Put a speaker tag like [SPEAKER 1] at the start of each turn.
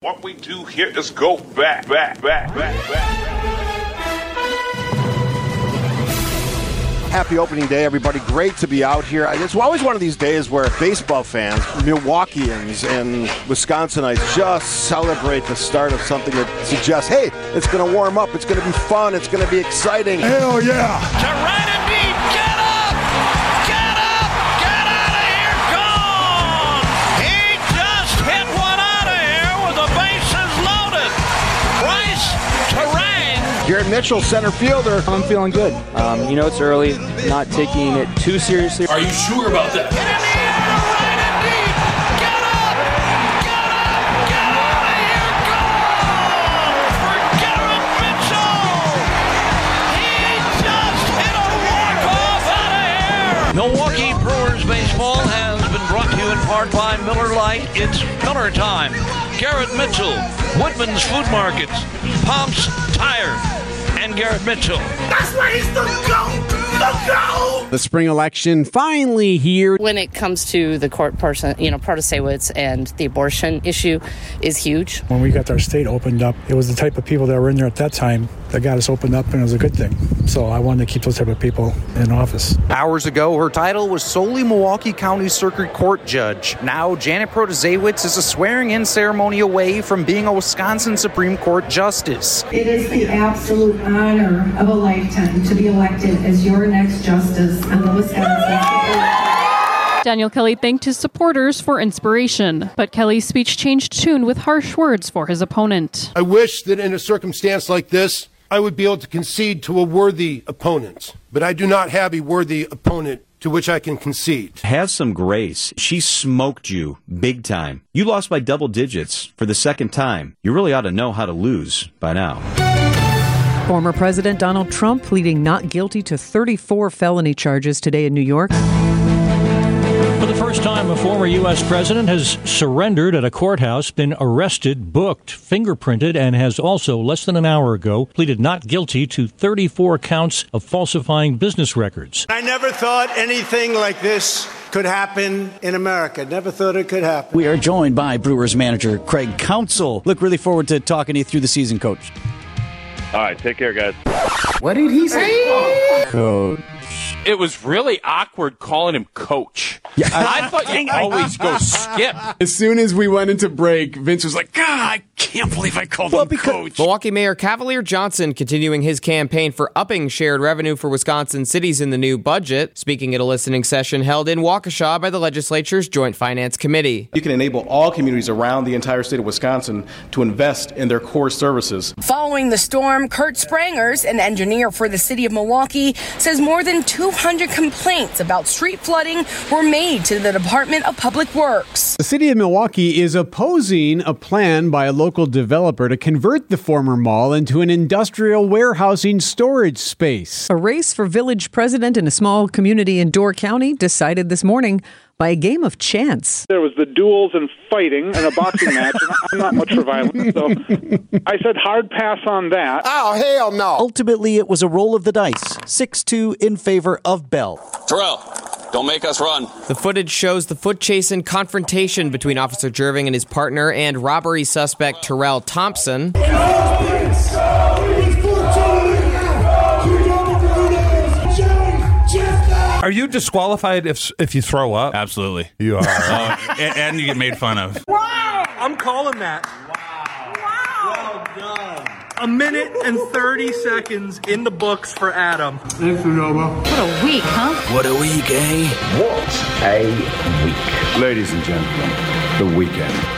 [SPEAKER 1] What we do here is go back, back, back, back, back.
[SPEAKER 2] Happy opening day, everybody. Great to be out here. It's always one of these days where baseball fans, Milwaukeeans, and Wisconsinites just celebrate the start of something that suggests, hey, it's going to warm up, it's going to be fun, it's going to be exciting.
[SPEAKER 3] Hell yeah!
[SPEAKER 4] to right and deep. Get up! Get up! Get out of here! Gone! He just hit one out of here with the bases loaded. Bryce Terang.
[SPEAKER 2] Garrett Mitchell, center fielder.
[SPEAKER 5] I'm feeling good. Um, you know, it's early, not taking it too seriously.
[SPEAKER 6] Are you sure about that?
[SPEAKER 4] Hit in the air to right and deep. Get up! Get up! Get out of here! Gone! For Garrett Mitchell. He just hit a walk-off out of here. Milwaukee Brewers baseball has been brought to you in part by Miller Lite. It's color time. Garrett Mitchell, Woodman's Food Markets, Pomps Tire, and Garrett Mitchell.
[SPEAKER 7] That's why he's the GOAT! The GOAT!
[SPEAKER 8] The spring election finally here.
[SPEAKER 9] when it comes to the court person, you know, Protasewicz and the abortion issue is huge.
[SPEAKER 3] When we got our state opened up, it was the type of people that were in there at that time that got us opened up, and it was a good thing. So I wanted to keep those type of people Oh, in office.
[SPEAKER 10] Hours ago, her title was solely Milwaukee County Circuit Court Judge. Now, Janet Protasewicz is a swearing in ceremony away from being a Wisconsin Supreme Court Justice.
[SPEAKER 11] It is the absolute honor of a lifetime to be elected as your next justice on the Wisconsin.
[SPEAKER 12] Daniel Kelly thanked his supporters for inspiration, but Kelly's speech changed tune with harsh words for his opponent.
[SPEAKER 7] I wish that in a circumstance like this, I would be able to concede to a worthy opponent, but I do not have a worthy opponent to which I can concede.
[SPEAKER 6] Have some grace. She smoked you big time. You lost by double digits for the second time. You really ought to know how to lose by now.
[SPEAKER 11] Former President Donald Trump pleading not guilty to 34 felony charges today in New York.
[SPEAKER 4] For the first time, a former U.S. president has surrendered at a courthouse, been arrested, booked, fingerprinted, and has also, less than an hour ago, pleaded not guilty to 34 counts of falsifying business records.
[SPEAKER 7] I never thought anything like this could happen in America. Never thought it could happen.
[SPEAKER 10] We are joined by Brewers manager Craig Council. Look really forward to talking to you through the season, coach.
[SPEAKER 6] All right, take care, guys.
[SPEAKER 10] What did he say?
[SPEAKER 6] It was really awkward calling him coach. I thought you always go skip.
[SPEAKER 8] As soon as we went into break, Vince was like, God, I can't believe I called him coach.
[SPEAKER 5] Milwaukee Mayor Cavalier Johnson continuing his campaign for upping shared revenue for Wisconsin cities in the new budget, speaking at a listening session held in Waukesha by the legislature's Joint Finance Committee.
[SPEAKER 10] You can enable all communities around the entire state of Wisconsin to invest in their core services.
[SPEAKER 11] Following the storm, Kurt Sprangers, an engineer for the city of Milwaukee, says more than 200 complaints about street flooding were made to the Department of Public Works.
[SPEAKER 8] The city of Milwaukee is opposing a plan by a local developer to convert the former mall into an industrial warehousing storage space.
[SPEAKER 11] A race for village president in a small community in Door County decided this morning by a game of chance.
[SPEAKER 6] There was the duels and fighting and a boxing match. And I'm not much for violence, so I said hard pass on that.
[SPEAKER 2] Oh, hell no.
[SPEAKER 10] Ultimately, it was a roll of the dice 6 2 in favor of Bell.
[SPEAKER 6] Terrell, don't make us run.
[SPEAKER 5] The footage shows the foot chase and confrontation between Officer Jerving and his partner and robbery suspect Terrell Thompson.
[SPEAKER 7] Are you disqualified if if you throw up?
[SPEAKER 6] Absolutely.
[SPEAKER 7] You are.
[SPEAKER 6] and, you get made fun of.
[SPEAKER 7] I'm calling that. Wow. Wow. Well done. A minute and 30 seconds in the books for Adam.
[SPEAKER 12] What a week, huh?
[SPEAKER 10] What a week, eh?
[SPEAKER 7] Ladies and gentlemen, the weekend.